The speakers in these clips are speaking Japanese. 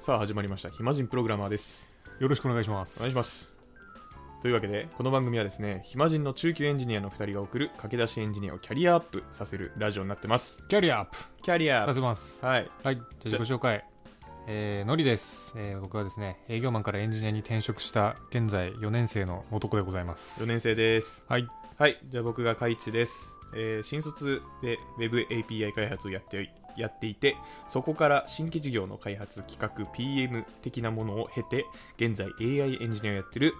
さあ始まりました暇人プログラマーですよろしくお願いします。お願いしますというわけでこの番組はですね暇人の中級エンジニアの2人が送る駆け出しエンジニアをキャリアアップさせるラジオになってますキャリアアップキャリアアさッせます。プはいはい、じゃあ自己紹介。えー、のりです、えー。僕はですね、営業マンからエンジニアに転職した現在4年生の男でございます。 4年生ですはい。はいじゃあ僕がカイチです、えー新卒で Web API 開発をやってやっていてそこから新規事業の開発企画 PM 的なものを経て現在 AI エンジニアをやってる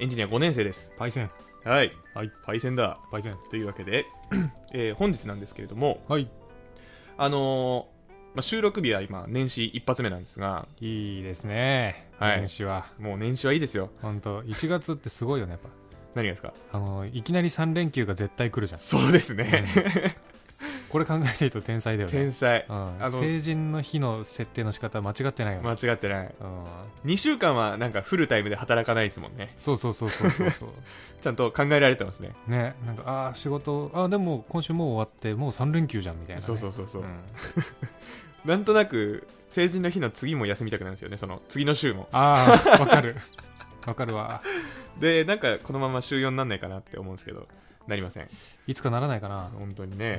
エンジニア5年生ですパイセン。はいはい。パイセンだパイセン。というわけで、 えー本日なんですけれども、はい。あのーまあ、収録日は今、年始一発目なんですが、いいですね。はい年始は。もう年始はいいですよ。ほんと、1月ってすごいよね、やっ何がですかぱ。あの、いきなり3連休が絶対来るじゃん。そうですね。これ考えてると天才だよね。天才う。ん、あの成人の日の設定の仕方間違ってないよね。間違ってない。うん、 2週間はなんかフルタイムで働かないですもんね。そうそうそうそうそ うそう。ちゃんと考えられてますね。ねなんかあー仕事あーでも今週もう終わってもう3連休じゃんみたいなね、そうそうそうそう。んなんとなく、成人の日の次も休みたくなるんですよね。その次の週も。あ あわかるわかるわで、なんかこのまま週4になんないかなって思うんですけど、なりません。いつかならないかな、本当にうね。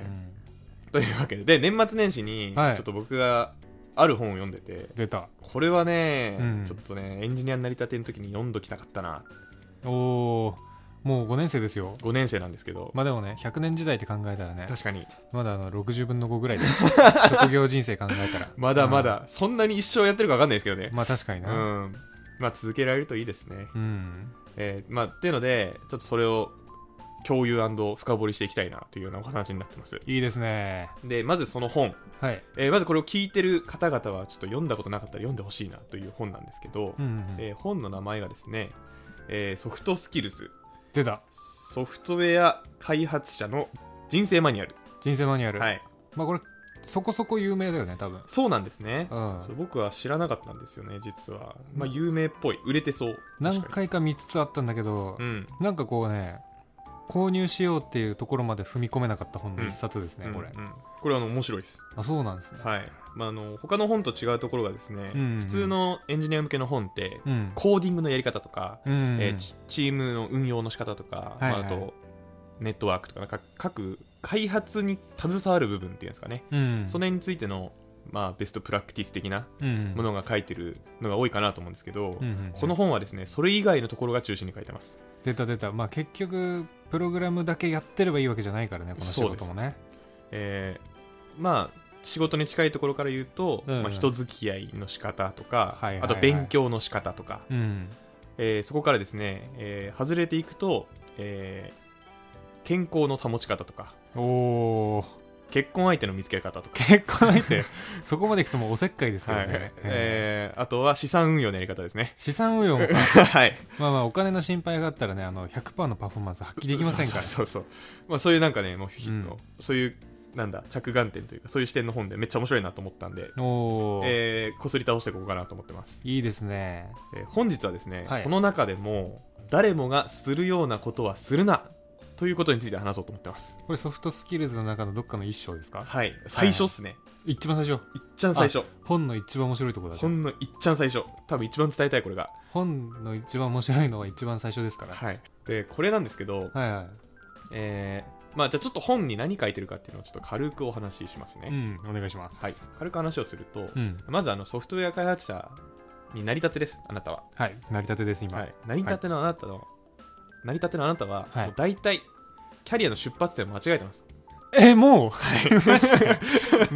ん、というわけで、で、年末年始に、ちょはいっと僕がある本を読んでて、出たこれはね、うんちょっとね、エンジニアになりたての時に読んどきたかったな。おおもう5年生ですよ5年生なんですけど、まあでもね100年時代って考えたらね確かに、まだあの60分の5ぐらいで 職業人生考えたらまだま、だ、そんなに一生やってるか分かんないですけどうねん。まあ確かにうなうん、ん。まあ、続けられるといいですね。えーまあ、っていうので、ちょっとそれを共有深掘りしていきたいなというようなお話になってます。いいですねで、まずその本、はい、えーまずこれを聞いてる方々は、ちょっと読んだことなかったら読んでほしいなという本なんですけど、うんうんうん、えー本の名前がですね、えーソフトスキルズ出たソフトウェア開発者の人生マニュアル。人生マニュアル、はい。まあこれそこそこ有名だよね多分そうなんですね。うんそう僕は知らなかったんですよね、実は。まあ、有名っぽい。売れてそう。何確か回か見つつあったんだけど、にうん。なんかこうね購入しようっていうところまで踏み込めなかった本の一冊ですね、うんこれ、うんこれはあの面白いです。あそうなんですね、はい。まあ、あの、他の本と違うところがですね、うんうん普通のエンジニア向けの本って、うんコーディングのやり方とか、うんうんえーチチームの運用の仕方とか、はいまはいあ、あと、ネットワークとか、なんか各開発に携わる部分っていうんですかね。うんその辺についての、まあ、ベストプラクティス的なうんものが書いてるのが多いかなと思うんですけど、うんうんうんこの本はですねそれ以外のところが中心に書いてます出た出たまあ結局プログラムだけやってればいいわけじゃないからねこの仕事もねえーまあ仕事に近いところから言うと、うんうんまあ、人付き合いの仕方とか、はいはいはいあと勉強の仕方とか、うんえーそこからですね、えー外れていくと、えー健康の保ち方とか おお結婚相手の見つけ方と か、結婚相手そこまでいくともうおせっかいですけどはいね、ええーーあとは資産運用のやり方です ね資産運用もはいまあまあお金の心配があったらねあの100%のパフォーマンス発揮できませんからそうそうそうそう、まあ、そういうなんかねもう、うんそういうなんだ着眼点というかそういう視点の本でめっちゃ面白いなと思ったんでおお、えーこすり倒していこうかなと思ってます、いいですねえー本日はですね、はいその中でも誰もがするようなことはするなということについて話そうと思ってますこれソフトスキルズの中のどっかの一章ですかはい最初っすね、一番最初い、っちゃん最初本の一番面白いところだほんのいっちゃん最初多分一番伝えたいこれが本の一番面白いのは一番最初ですからはいでこれなんですけど、はいはえーまあじゃあちょっと本に何書いてるかっていうのをちょっと軽くお話ししますね、いうんお願いしますはい軽く話をすると、うんまずあのソフトウェア開発者になりたてです、あなたは。はい成り立てです今はい、なりたてのあなたの、なりたてのあなたは、はいもう大体、キャリアの出発点を間違えてます。えもうマジで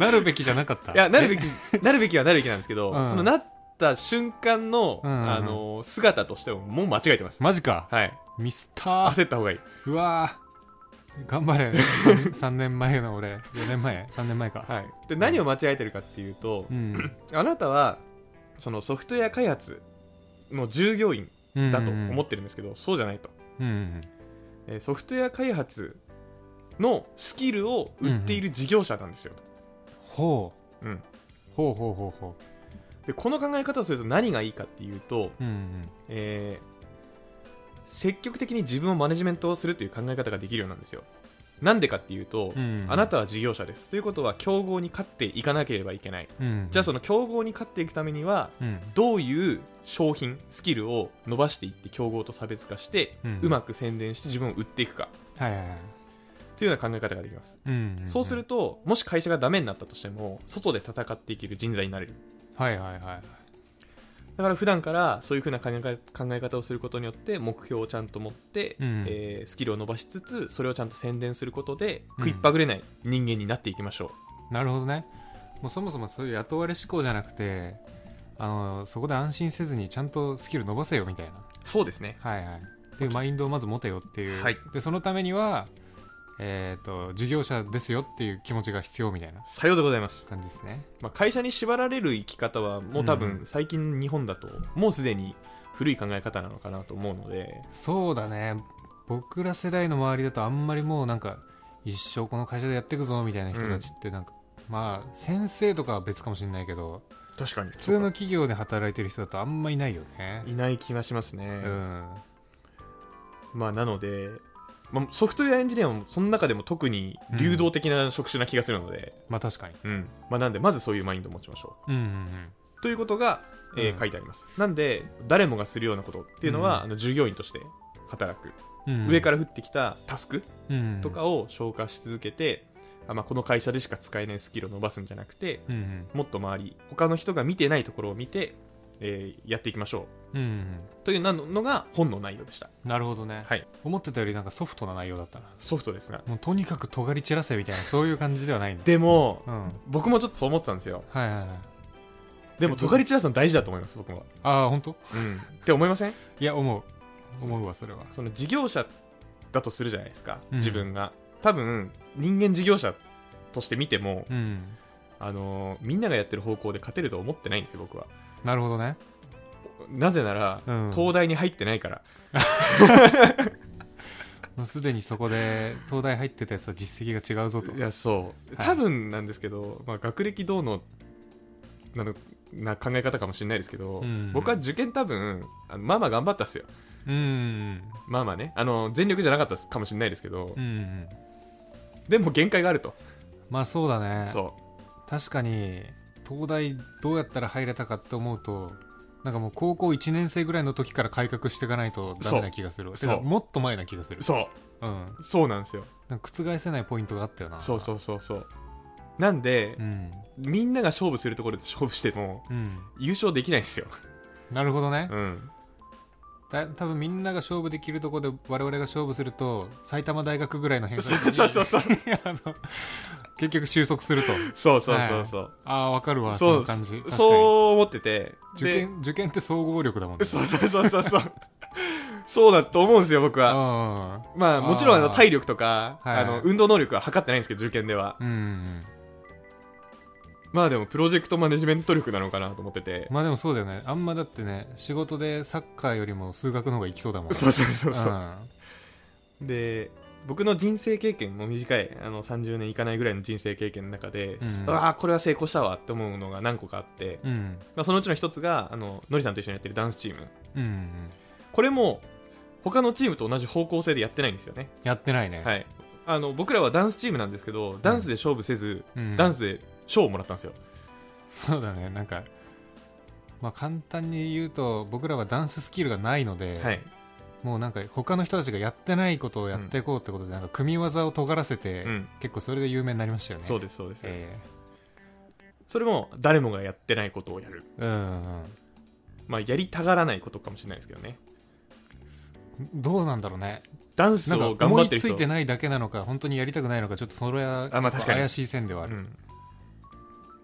なるべきじゃなかったいや、なるべ き、なるべきはなるべきなんですけど、うんそのなった瞬間の、うんうんうんあの、姿としても、もう間違えてます。マジかはい。ミスター焦った方がいい。うわー頑 張れ3年前の俺4年前3年前かはい。で、何を間違えてるかっていうとう、んあなたは、そのソフトウェア開発の従業員だと思っってるんですけど、そうじゃないと。うんうんえーソフトウェア開発のスキルを売っている事業者なんですよと、ほううんほうほうほうほでこの考え方をすると何がいいかっていうと、ううんうんえー積極的に自分をマネジメントをするという考え方ができるようなんですよなんでかっていうと、うんあなたは事業者ですということは競合に勝っていかなければいけないうんじゃあその競合に勝っていくためにはうんどういう商品スキルを伸ばしていって競合と差別化して、ううんまく宣伝して自分を売っていくかはいはいはいというような考え方ができます、うんそうするともし会社がダメになったとしても外で戦っていける人材になれるはいはいはいだから普段からそういうふうな考え考え方をすることによって目標をちゃんと持って、うんえースキルを伸ばしつつそれをちゃんと宣伝することでうん食いっぱぐれない人間になっていきましょなるほどねもうそもそもそういう雇われ思考じゃなくてあのそこで安心せずにちゃんとスキル伸ばせよみたいなうそうですねはいはいっていうマインドをまず持てよっていう、はいでそのためにはえっ、と事業者ですよっていう気持ちが必要みたいなさようでございます、感じですねまあ、会社に縛られる生き方はもう多分最近日本だともうすでに古い考え方なのかなと思うのでそうだね僕ら世代の周りだとあんまりもうなんか一生この会社でやっていくぞみたいな人たちってなんか、まあ先生とかは別かもしれないけど確かに普普通の企業で働いてる人だとあんまいないよねいない気がしますねう、んまあなので、まあ、ソフトウェアエンジニアもその中でも特に流動的な職種な気がするので、まあ確かにうんまあ、なんでまずそういうマインドを持ちましょううんうんうんということが、えーうん書いてありますなんで誰もがするようなことっていうのは、うんあの従業員として働く、うん上から降ってきたタスクらと、かを消化し続けて、あまあ、この会社でしか使えないスキルを伸ばすんじゃなくてうんうんもっと周り他の人が見てないところを見て、えーやっていきましょうんうんうというなののが本の内容でしたなるほどね、はい思ってたよりなんかソフトな内容だったなソフトですがもうとにかく尖り散らせみたいなそういう感じではないんだでも、うんはい僕もちょっとそう思ってたんですよはいはいでも尖り散らすの大事だと思います僕は、ああ本当うん、って思いませんいや思う思うわそれはその事業者だとするじゃないですか、うん自分が多分人間事業者として見ても、うんあのーみんながやってる方向で勝てると思ってないんですよ僕はなるほどねなぜなら、うん東大に入ってないからもうすでにそこで東大入ってたやつは実績が違うぞといやそうはい多分なんですけど、まあ、学歴どうのなのな考え方かもしれないですけど、うん僕は受験多分あのまあまあ頑張ったっすようんまあまあねあの全力じゃなかったっすかもしれないですけど、うんうんでも限界があるとまあそうだねそ確かに東大どうやったら入れたかって思うとなんかもう高校1年生ぐらいの時から改革していかないとダメな気がすそるうてかそうもっと前な気がする、うそうん、うそうなんですよなんか覆せないポイントがあったよなそうそうそうそうなんでう、んみんなが勝負するところで勝負してもうん優勝できないんです よ、なるほどね、うん、だ多分みんなが勝負できるとこで我々が勝負すると埼玉大学ぐらいの偏差値そうそうそうそうに あの結局収束するとそうそうそうそうああわかるわそそのう感じ確かにそう思ってて受験受験って総合力だもんでねそうそうそうそうそう そうだと思うんですよ僕はあまあもちろんあのあー体力とかはいあの運動能力は測ってないんですけど受験ではあうんまあでもプロジェクトマネジメント力なのかなと思っててまあでもそうだよねあんまだってね仕事でサッカーよりも数学の方がいきそうだもんそうそうそうそううんで僕の人生経験も短いあの30年いかないぐらいの人生経験の中で、うんああこれは成功したわって思うのが何個かあって、うんまあ、そのうちの一つがあののりさんと一緒にやってるダンスチームうんうんこれも他のチームと同じ方向性でやってないんですよね、やってないね、はい、あの僕らはダンスチームなんですけどダンスで勝負せず、うんダンスで賞をもらったんですよそうだねなんかまあ簡単に言うと僕らはダンススキルがないので、はいもうなんか他の人たちがやってないことをやっていこうってことでなんか組み技を尖らせて、うん結構それで有名になりましたよねそうす、ですそうです、えそれも誰もがやってないことをやるえうんまあやりたがらないことかもしれないですけどねうんどうなんだろうねダンスなをんか頑張思っいてるつ人いてないだけなのか本当にやりたくないのかちょっとそれはあまあ確結構かに怪しい線ではある、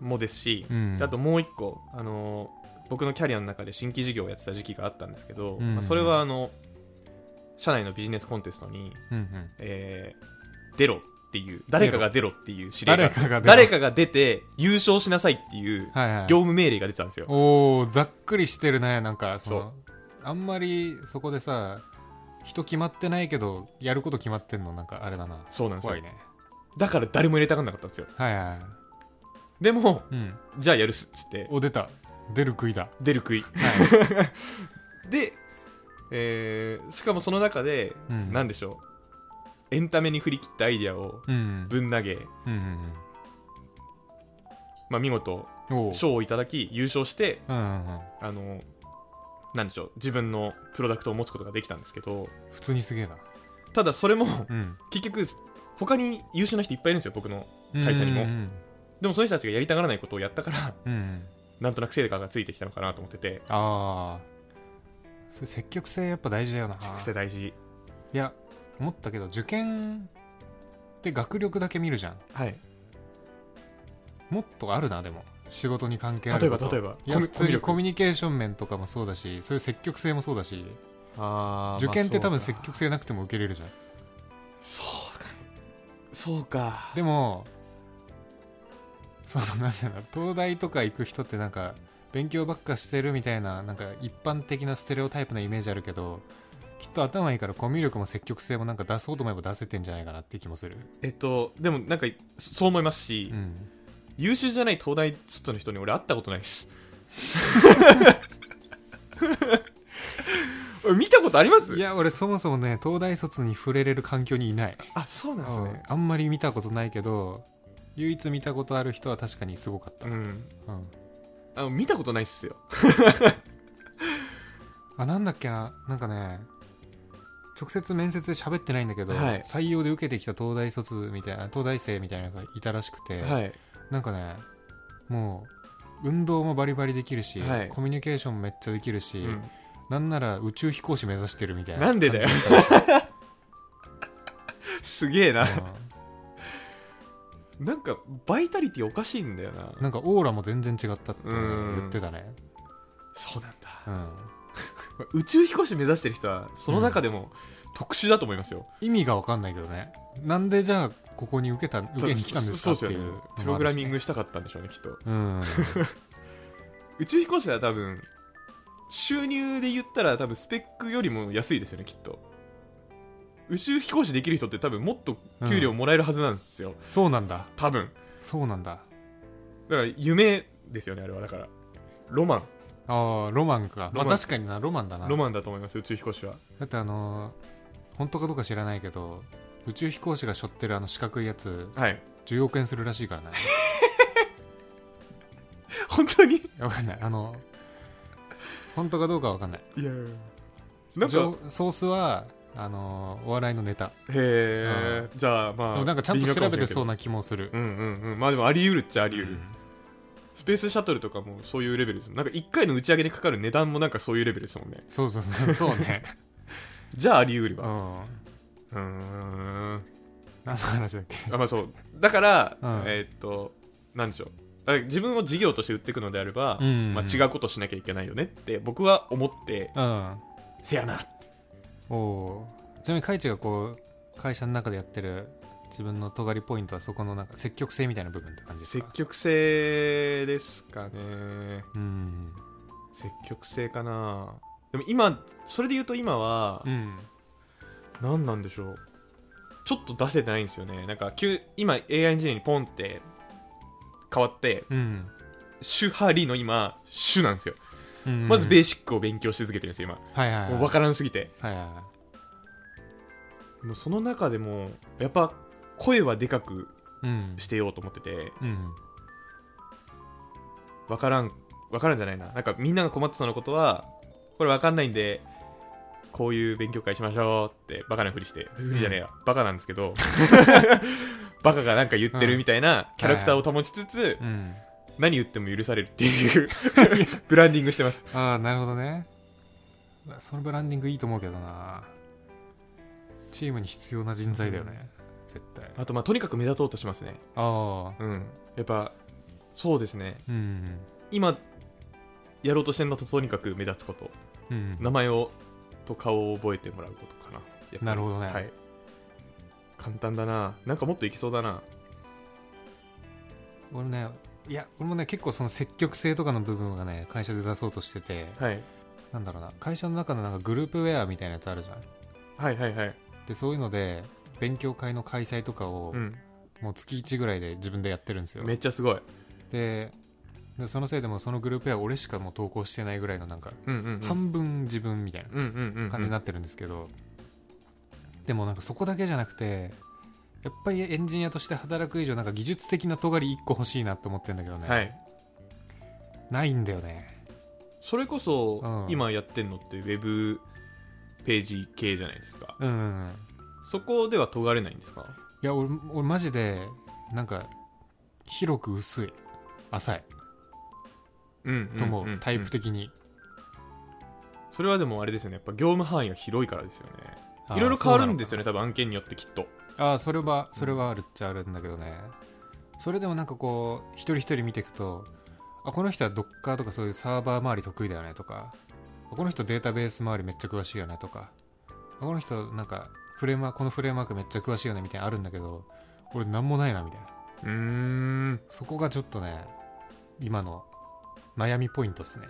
うん、もですし、うんであともう一個、あのー僕のキャリアの中で新規事業をやってた時期があったんですけど、うんまあ、それはあの社内のビジネスコンテストに、うんうんえー出ろっていう誰かが出ろっていう指令が誰かが出誰かかが出て優勝しなさいっていうはいはい業務命令が出たんですよ、おおざっくりしてるねなんかそのあんまりそこでさ人決まってないけどやること決まってんのなんかあれだなそうなんです怖よいねだから誰も入れたがんなかったんですよはいはいはいでもうんじゃあやるっすっつってお出た出る杭だ出る杭はい、で、えーしかもその中で、うんなんでしょうエンタメに振り切ったアイデアをうんぶん投げ、うんうんまあ、見事うんおう賞をいただき優勝してうんうんうんあのなんでしょう自分のプロダクトを持つことができたんですけど普通にすげえなただそれも うん結局他に優秀な人いっぱいいるんですよ僕の会社にもうんでもその人たちがやりたがらないことをやったからうんうんなんとなく成果がついてきたのかなと思っててああそれ積極性やっぱ大事だよな癖大事いや思ったけど受験って学力だけ見るじゃんはいもっとあるなでも仕事に関係あ例えるばこと例えばいや普通にコミミュニケーション面とかもそうだしそういう積極性もそうだしあ受験って多分積極極性なくても受けれるじゃんそうかそうかでもそのなんだろう東大とか行く人ってなんか勉強ばっかしてるみたいななんか一般的なステレオタイプなイメージあるけどきっと頭いいからコミュ力も積極性もなんか出そうと思えば出せてんじゃないかなって気もするえっとでもなんかそそう思いますし、うん優秀じゃない東大ちょっとの人に俺会ったことないです 俺見たことありますいや俺そもそもね東大卒に触れれる環境にいないあそうなんですねあんまり見たことないけど唯一見たことある人は確かにすごかった、うん、うんあの見たことないっすよあなんだっけななんかね直接面接で喋ってないんだけど、はい採用で受けてきた東大卒みたいな東大生みたいなのがいたらしくて、はいなんかねもう運動もバリバリできるし、はいコミュニケーションもめっちゃできるし、うんなんなら宇宙飛行士目指してるみたいななんでだよ感じだったらしいすげえなうなんかバイタリティおかしいんだよなんなんかオーラも全然違ったってうね、ん言ってたね、そうなんだうん、宇宙飛行士目指してる人はその中でも特殊だと思いますよ、意味が分かんないけどねなんでじゃあここに受けた受けに来たんですかってそいですううよねのもあるしねプログラミングしたかったんでしょうねきっとうん宇宙飛行士は多分収入で言ったら多分スペックよりも安いですよねきっと宇宙飛行士できる人って多分もっと給料もらえるはずなんですよ、そうなんだ多分そうなんだだから夢ですよねあれはだからロマン、ああロマンかロマンまあ確かになロマンだなロマンだと思います宇宙飛行士はだってあのー本当かどうか知らないけど宇宙飛行士が背負ってるあの四角いやつはい10億円するらしいからね 本当にいわかんないあの本当かどうかわかんないやなんじかょソースはあのーお笑いのネタへえ、じゃあまであもなんかちゃんと微妙調もしれべてんけそどうな気もするうんうんうんまあでもあり得るっちゃあり得る、うんスペースシャトルとかもそういうレベルですもんなんか1回の打ち上げでかかる値段もなんかそういうレベルですもんねそうそうそうそう ねじゃああり得るうんわうーん何の話だっけあまあそうだから、うんえーっとなんでしょうあ自分を事業として売っていくのであれば、うんまあ、違うことしなきゃいけないよねって僕は思ってうんせやなおおーちなみにカイチがこう会社の中でやってる自分の尖りポイントはそこのなんか積極性みたいな部分って感じです積か極性ですかねうん積極性かなでも今それで言うと今はうん何なんでしょうちょっと出せてないんですよねなんか急今 AI エンジニアにポンって変わってうん主ハリの今主なんですようんまずベーシックを勉強し続けてるんですよ今、はいはいはいもう分からんすぎてはいはいはいもうその中でもやっぱ声はでかくうんしてようと思っててうん分からん分からんじゃないななんかみんなが困ってそうなことはこれ分かんないんでこういう勉強会しましょうってバカなふりしてふりじゃねえや、バカなんですけど バカがなんか言ってるみたいなキャラクターを保ちつつ、うん何言っても許されるっていう ブランディングしてますああなるほどねうわそのブランディングいいと思うけどなチームに必要な人材だよね、絶対ああとまあとにかく目立とうとしますねあーうんやっぱそうですねうん今やろうとしてるのととにかく目立つことうん名前をと顔を覚えてもらうことかなやっぱりなるほどねはい簡単だななんかもっといきそうだな俺ねいや俺もね結構その積極性とかの部分がね会社で出そうとしててはいなんだろうな会社の中のなんかグループウェアみたいなやつあるじゃんはいはいはいでそういうので勉強会の開催とかを、うんもう月1ぐらいで自分でやってるんですよめっちゃすごいででそのせいでもうそのグループウェア俺しかもう投稿してないぐらいのなんかうんうんうん半分自分みたいうんうんうんうんな感じになってるんですけど、でもなんかそこだけじゃなくてやっぱりエンジニアとして働く以上なんか技術的な尖り1個欲しいなと思ってんだけどね、はいないんだよねそれこそ、うん今やってんのってウェブページ系じゃないですかうんうんうんそこでは尖れないんですかいや俺俺マジでなんか広く薄い浅いうんと思う,、タイプ的的にそれはでもあれですよねやっぱ業務範囲が広いからですよねあーいろいろ変わるんですよそうなのかなね多分案件によってきっとああそれはそれはあるっちゃあるんだけどね、それでもなんかこう一人一人見ていくとあこの人は Docker とかそういうサーバー周り得意だよねとかあこの人データベース周りめっちゃ詳しいよねとかあこの人なんかフレームワークこのフレームワークめっちゃ詳しいよねみたいなのあるんだけど俺なんもないなみたいなうーんそこがちょっとね今の悩みポイントっすね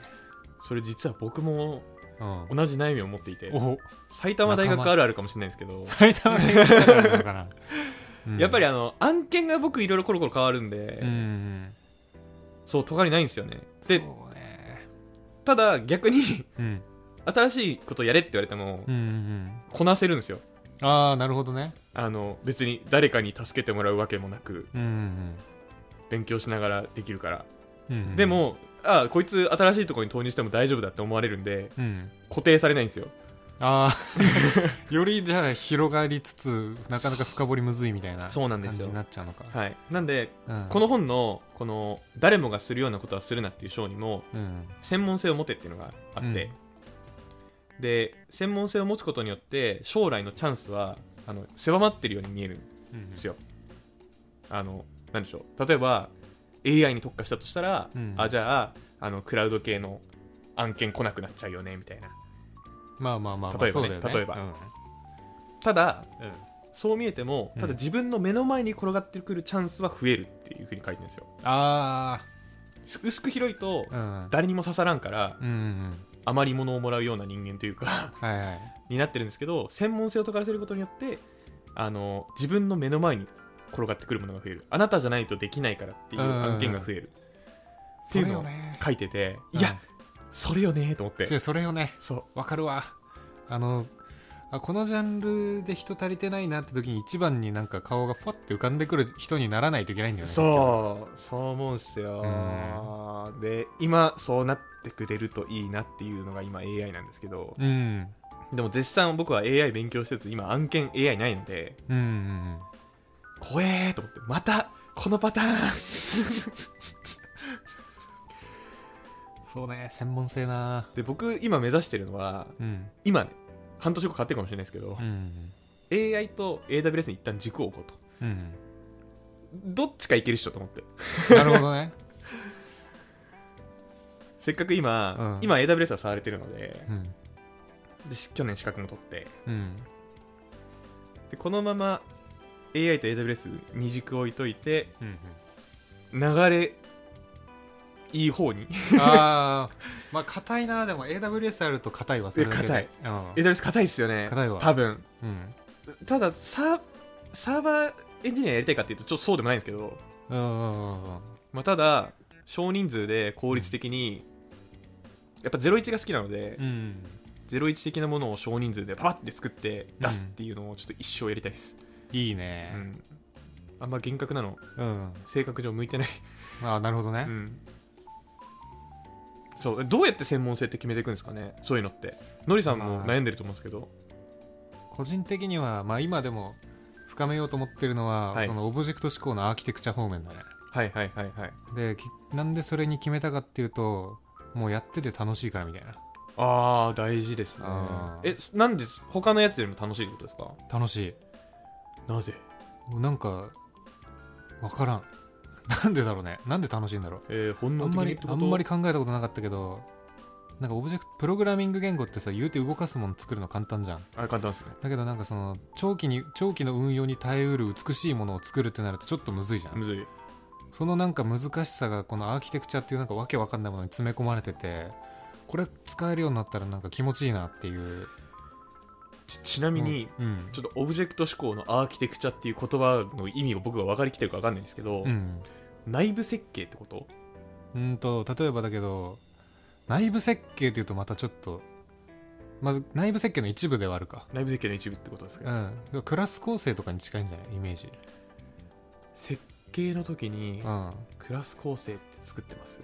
それ実は僕もうん同じ悩みを持っていてお埼玉大仲学間あるあるかもしれないんですけど埼玉大学だからなの かな、うんやっぱりあの案件が僕いろいろコロコロ変わるんで、うんうんそう尖りないんですよねでそうねただ逆にうん新しいことやれって言われてもうんうんうんこなせるんですよああなるほどねあの別に誰かに助けてもらうわけもなくうんうん勉強しながらできるから、うんうんで、もああこいつ新しいところに投入しても大丈夫だって思われるんでうん、固定されないんですよあ あよりじゃあ広がりつつなかなか深掘りむずいみたいなそうなん感ですじよになっちゃうのか、はいなんでうん、この本のこの誰もがするようなことはするなっていう章にもうん専門性を持てっていうのがあって、で専門性を持つことによって将来のチャンスはあの狭まってるように見えるんうんですよ、あのなんでしょう例えば AI に特化したとしたら、うんあじゃああのクラウド系の案件来なくなっちゃうよねみたいなまあまあまあ、まあ、例えばねそうだよね例えばただそう見えてもうんただ自分の目の前に転がってくるチャンスは増えるっていうふうに書いてるんですよあ薄く広いとあうん誰にも刺さらんからうんうん余り物をもらうような人間というかはいはいになってるんですけど専門性を解かせることによってあの自分の目の前に転がってくるものが増えるあなたじゃないとできないからっていううん案件が増えるってそいうれのよをね書いてて、いや、それよねと思っうてんそれそれよねそうわかるわあのあこのジャンルで人足りてないなって時に一番になんか顔がふわって浮かんでくる人にならないといけないんだよねそうそう思うんすよで今そうなってくれるといいなっていうのが今 AI なんですけどううんでも絶賛僕は AI 勉強しつつ今案件 AI ないのでうんうん怖えーと思ってまたこのパターンそうね専門性なで僕今目指してるのはうん今ね半年後変わってるかもしれないですけどう、ん AI と AWS に一旦軸を置こうとうんどっちかいけるっしょと思ってなるほどね。せっかく今、うん今 AWS は触れてるのでうん。でし去年資格も取ってうん。でこのまま AI と AWS 二軸置いといてうん、流れいい方に ああ、まあ、硬いな、でも AWS あると硬いわ、それだけで。いや硬い。 AWS 硬いっすよね硬いわ多分うん。ただサーサーバーエンジニアやりたいかっていうとちょっとそうでもないんですけど、うん。うんうん。まあ、ただ少人数で効率的に、やっぱ01が好きなので、うん。 01的なものを少人数でパッて作って出すっていうのをちょっと一生やりたいです、いいうね。んあんま厳格なのうん。性格上向いてない、ああ、なるほどね。うんそうどうやって専門性って決めていくんですかねそういうのってのりさんも悩んでると思うんですけど、個人的には、まあ、今でも深めようと思ってるのは、はいそのオブジェクト思考のアーキテクチャ方面だね。はいはいはいはいで、きなんでそれに決めたかっていうと、もうやってて楽しいからみたいな。ああ大事ですねあーえすなんです他のやつよりも楽しいってことですか楽しなぜい。もうなんか、わからん。 なんでだろうね。なんで楽しいんだろう。えー、本あ能ん的まにっりてことあんまり考えたことなかったけどなんかオブジェクトプログラミング言語ってさ言うて動かすもの作るの簡単じゃんあれ簡単ですねだけどなんかその長期に長期の運用に耐えうる美しいものを作るってなるとちょっとむずいじゃんむずいそのなんか難しさがこのアーキテクチャっていうなんかわけわかんないものに詰め込まれててこれ使えるようになったらなんか気持ちいいなっていうちちなみに、うんちょっとオブジェクト思考のアーキテクチャっていう言葉の意味を僕が分かりきてるか分かんないんですけど、うん、内部設計ってことうんと例えばだけど内部設計っていうとまたちょっとまず内部設計の一部ではあるか内部設計の一部ってことですかうんクラス構成とかに近いんじゃないイメージ設計の時にうんクラス構成って作ってます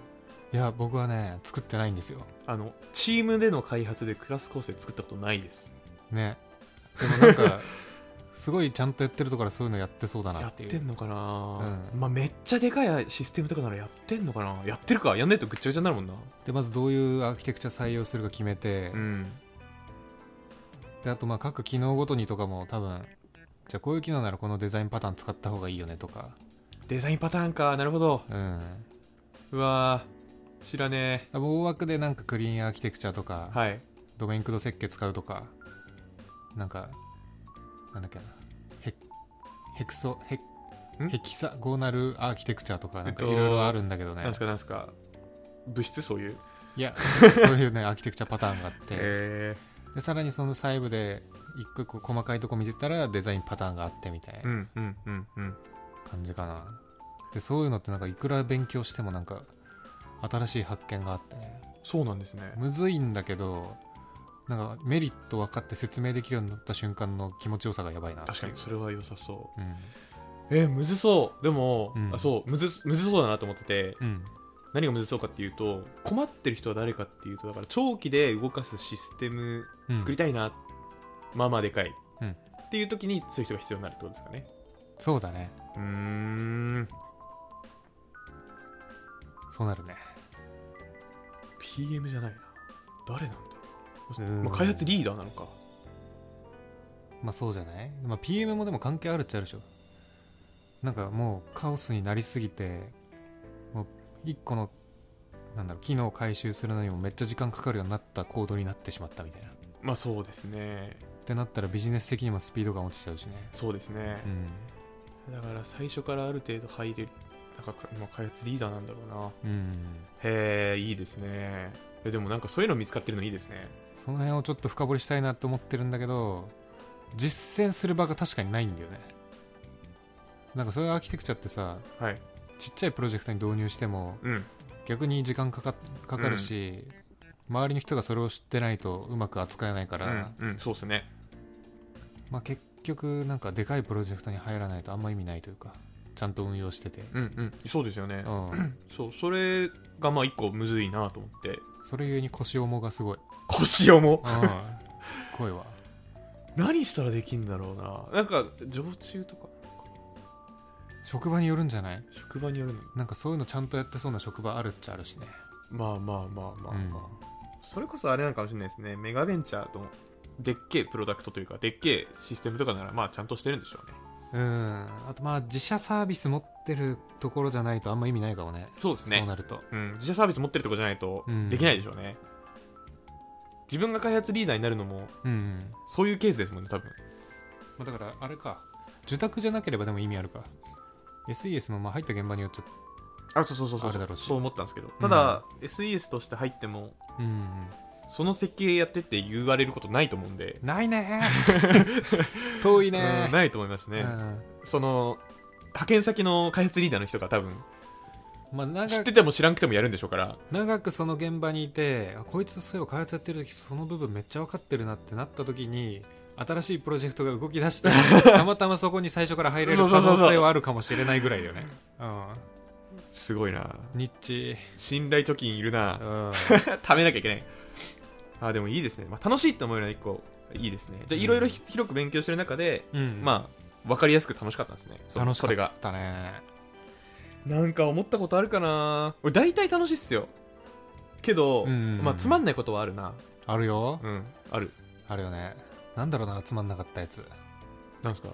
いや僕はね作ってないんですよあのチームでの開発でクラス構成作ったことないですねでもな んかすごいちゃんとやってるところそういうのやってそうだなやっっていうてんのかな、うんまあめっちゃでかいシステムとかならやってんのかなやってるかやんないとぐっちゃぐちゃになるもんなでまずどういうアーキテクチャ採用するか決めて、うんであとまあ各機能ごとにとかも多分じゃあこういう機能ならこのデザインパターン使った方がいいよねとかデザインパターンかなるほどうんうわー知らね多分大枠でなんかクリーンアーキテクチャとか、えはいドメイン駆動設計使うとかなんかなんだっけなヘヘクソヘんヘキサゴナルアーキテクチャとかなんかえっいとろいろあるんだけどね、なんすかなんすか物質そういういや そういうねアーキテクチャパター ンがあって、へでさらにその細部で一個一個細かいとこ見てたらデザインパターンがあってみたいえうなんうんうんうん感じかな、でそういうのってなんかいくら勉強してもなんか新しい発見があってねそうなんですねむずいんだけどなんかメリット分かって説明できるようになった瞬間の気持ちよさがやばいなっていう確かにそれは良さそうんうえー、むずそうでも、うんあそうむずむずそうだなと思っててうん何がむずそうかっていうと困ってる人は誰かっていうとだから長期で動かすシステムうん作りたいな、まあまあでかい、うんっていう時にそういう人が必要になるってことですかねそうだねうーんそうなるね PM じゃないな誰なんだうろーうんまあ、開発リーダーなのかまあそうじゃない、まあ、PM もでも関係あるっちゃあるでしょなんかもうカオスになりすぎてもう一個のなんだろう機能を回収するのにもめっちゃ時間かかるようになったコードになってしまったみたいなっまあそうですねてなったらビジネス的にもスピードが落ちちゃうしねそうですねう、んだから最初からある程度入れるなんかかまあ開発リーダーなんだろうなうんへえいいですねえでもなんかそういうの見つかってるのいいですねその辺をちょっと深掘りしたいなと思ってるんだけど実践する場が確かにないんだよねなんかそういうアーキテクチャってさはいちっちゃいプロジェクトに導入してもうん逆に時間かかかかるし、周りの人がそれを知ってないとうまく扱えないかうら、ん、うん、そうですねまあ、結局なんかでかいプロジェクトに入らないとあんま意味ないというかちゃんと運用してて、うんうんそうですよねうん、そうそれがまあ一個むずいなと思って それゆえに腰重がすごい、腰をもうん、 すっごいわ何したらできんだろうななんか常駐とか職場によるんじゃない職場によるのなんかそういうのちゃんとやってそうな職場あるっちゃあるしねまあまあまあまあまあ、うんそれこそあれなのかもしれないですねメガベンチャーとでっけえプロダクトというかでっけえシステムとかならまあちゃんとしてるんでしょうねうんあとまあ自社サービス持ってるところじゃないとあんま意味ないかもねそうですねそうなるとうん、自社サービス持ってるとこじゃないとうんできないでしょうね、自分が開発リーダーになるのもうん、うんそういうケースですもんね多分まあ、だからあれか受託じゃなければでも意味あるか SES もまあ入った現場によっちゃあそうそうそうそうあれだろうしそう思ったんですけどただ、SES として入ってもうんその設計やってって言われることないと思うんで、ないね 遠いねうんないと思いますね、その派遣先の開発リーダーの人が多分うんまあ、長知っくてても知らんくてもやるんでしょうから長くその現場にいてあこいつそういえば開発やってる時その部分めっちゃ分かってるなってなった時に新しいプロジェクトが動き出して たまたまそこに最初から入れるそうそ可うそうそう能性はあるかもしれないぐらいだよねうんすごいなニッチ、信頼貯金いるなうん、貯めなきゃいけないあでもいいですね、まあ、楽しいって思えるのは一個いいですねじゃうあんいろいろひ広く勉強してる中で、うんまあ分かりやすく楽しかったんですねそ楽しそれかがったねなんか思ったことあるかな俺大体楽しいっすよけど、うんうんうんまあ、つまんないことはあるなあるよ、うんあるあるよねなんだろうなつまんなかったやつなんすか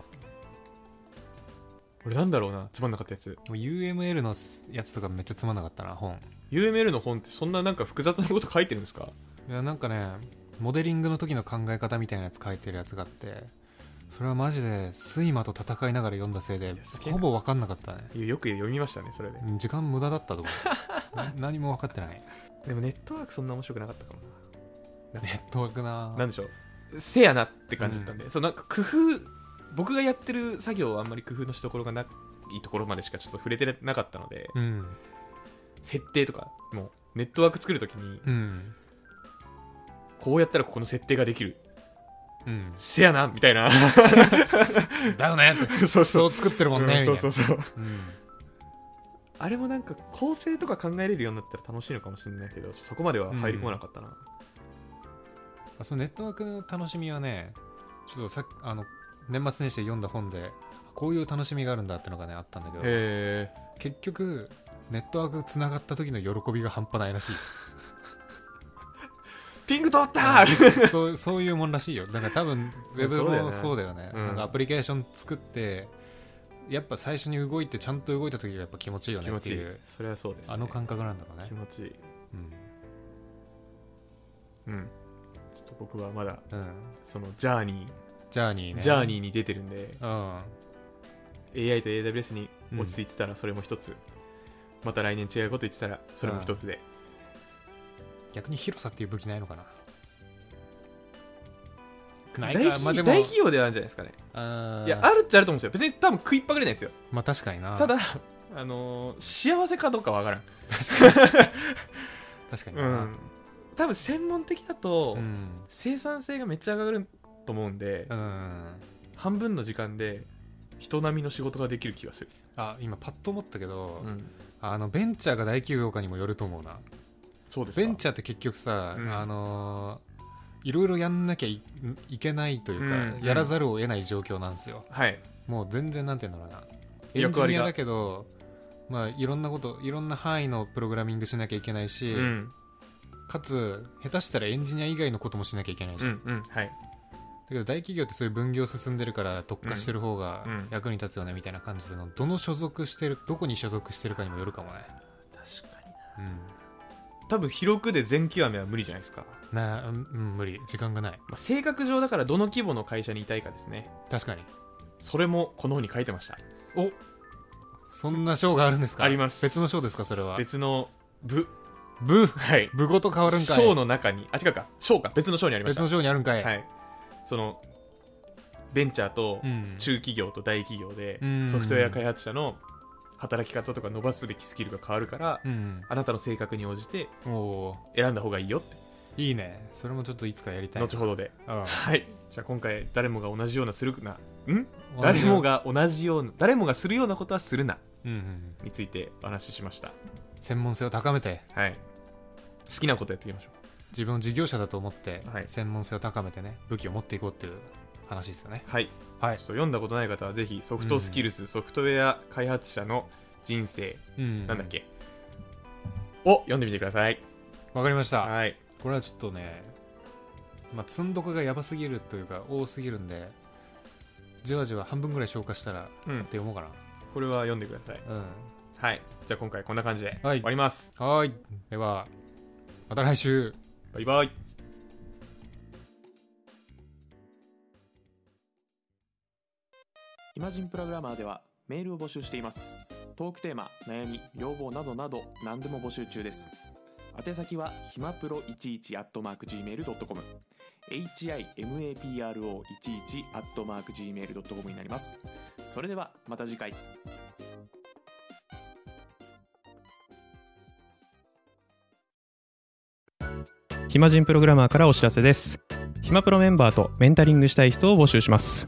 俺なんだろうなつまんなかったやつもう UML のやつとかめっちゃつまんなかったな本 UML の本ってそんななんか複雑なこと書いてるんですかいやなんかねモデリングの時の考え方みたいなやつ書いてるやつがあってそれはマジで睡魔と戦いながら読んだせいでやすげえなほぼ分かんなかったねいやよく読みましたねそれでうん時間無駄だったと思う な何も分かってないでもネットワークそんな面白くなかったかもなネットワークななんでしょうせやなって感じだったんで、そうなんか工夫僕がやってる作業はあんまり工夫のしどころがないところまでしかちょっと触れてなかったので、うん設定とかもうネットワーク作るときにうんこうやったらここの設定ができる うん、せやなみたいなだよねっそてうそうそう作ってるもんね、うんみ たそいうなそうそううんあれもなんか構成とか考えれるようになったら楽しいのかもしれないけどそこまでは入り込まなかったな、そのネットワークの楽しみはねちょっとさっあの年末年始で読んだ本でこういう楽しみがあるんだってのがねあったんだけへどえ結局ネットワークつながった時の喜びが半端ないらしいピンク通った、 そうそういうもんらしいよだから多分ウェブそうだよもねそうだよねうんなんかアプリケーション作ってやっぱ最初に動いてちゃんと動いた時がやっぱ気持ちいいよね気っ持てちいいいうそれはそうです、ね、あの感覚なんだろうね気持ちいいうんちょっと僕はまだうん、うん、そのジャーニジャーニーー、ねジャーニーに出てるんでうん AI と AWS に落ち着いてたらそれも一つ、また来年違うこと言ってたらそれも一つで、逆に広さっていう武器ないのかなな大いか企まあで大も企業ではあるんじゃないですかねあーいやあるっちゃあると思うんですよ別に多分食いっぱぐれないですよまあ確かになただあのー幸せかどうかわからん、確かにう、なん多分専門的だと、うん生産性がめっちゃ上がると思うんで、うん半分の時間で人並みの仕事ができる気がする、あ今パッと思ったけど、うんあのベンチャーが大企業かにもよると思うなそうですかベンチャーって結局さ、うんあのーいろいろやんなきゃいいけないというか、うんやらざるを得ない状況なんですよはいもう全然なんて言うんだろうなエン役ジ割ニがアだけどまあいろんなこといろんな範囲のプログラミングしなきゃいけないし、うんかつ下手したらエンジニア以外のこともしなきゃいけないじうゃん、んうんはいだけど大企業ってそういう分業進んでるから特化してる方がうんうん役に立つよねみたいな感じでのどの所属してるどこに所属してるかにもよるかもね、確かにうん多分広くで全極めは無理じゃないですか、なうんうん無理時間がないまあ、性格上だからどの規模の会社にいたいかですね確かにそれもこの本に書いてましたおそんな賞があるんですかあります別の賞ですかそれは別の部部はい部ごと変わるんかい章の中にあ違うか章か別の章にありまし別たの賞にあるんかい、はいそのベンチャーとうん、中企業と大企業でうんソフトウェア開発者の働き方とか伸ばすべきスキルが変わるからうん、あなたの性格に応じておお選んだ方がいいよってーいいねそれもちょっといつかやりたいな後ほどでうんはいじゃあ今回誰もが同じようなするなん誰もが同じような誰もがするようなことはするなうんうんについてお話ししました専門性を高めてはい好きなことやっていきましょ自分を事業者だと思って、はい専門性を高めてね武器を持っていこうっていう話ですよねうはいちょはっと読んだことない方はぜひソフトスキルス、ソフトウェア開発者の人生うんなんだっけ、を読んでみてくださいわかりましたはいこれはちょっとねまあ積んどくがやばすぎるというか多すぎるんでじわじわ半分ぐらい消化したらってうん読もうかこれは読んでくださいなはいじゃあ今回こんな感じではい終わります、うんはーいではまた来週バイバイイマジンプログラマーではメールを募集しています。トークテーマ、悩み、要望などなど何でも募集中です。宛先はひまプロ11 at mark gmail.com himapro11 at mark gmail.com になります。それではまた次回。暇人プログラマーからお知らせです暇プロメンバーとメンタリングしたい人を募集します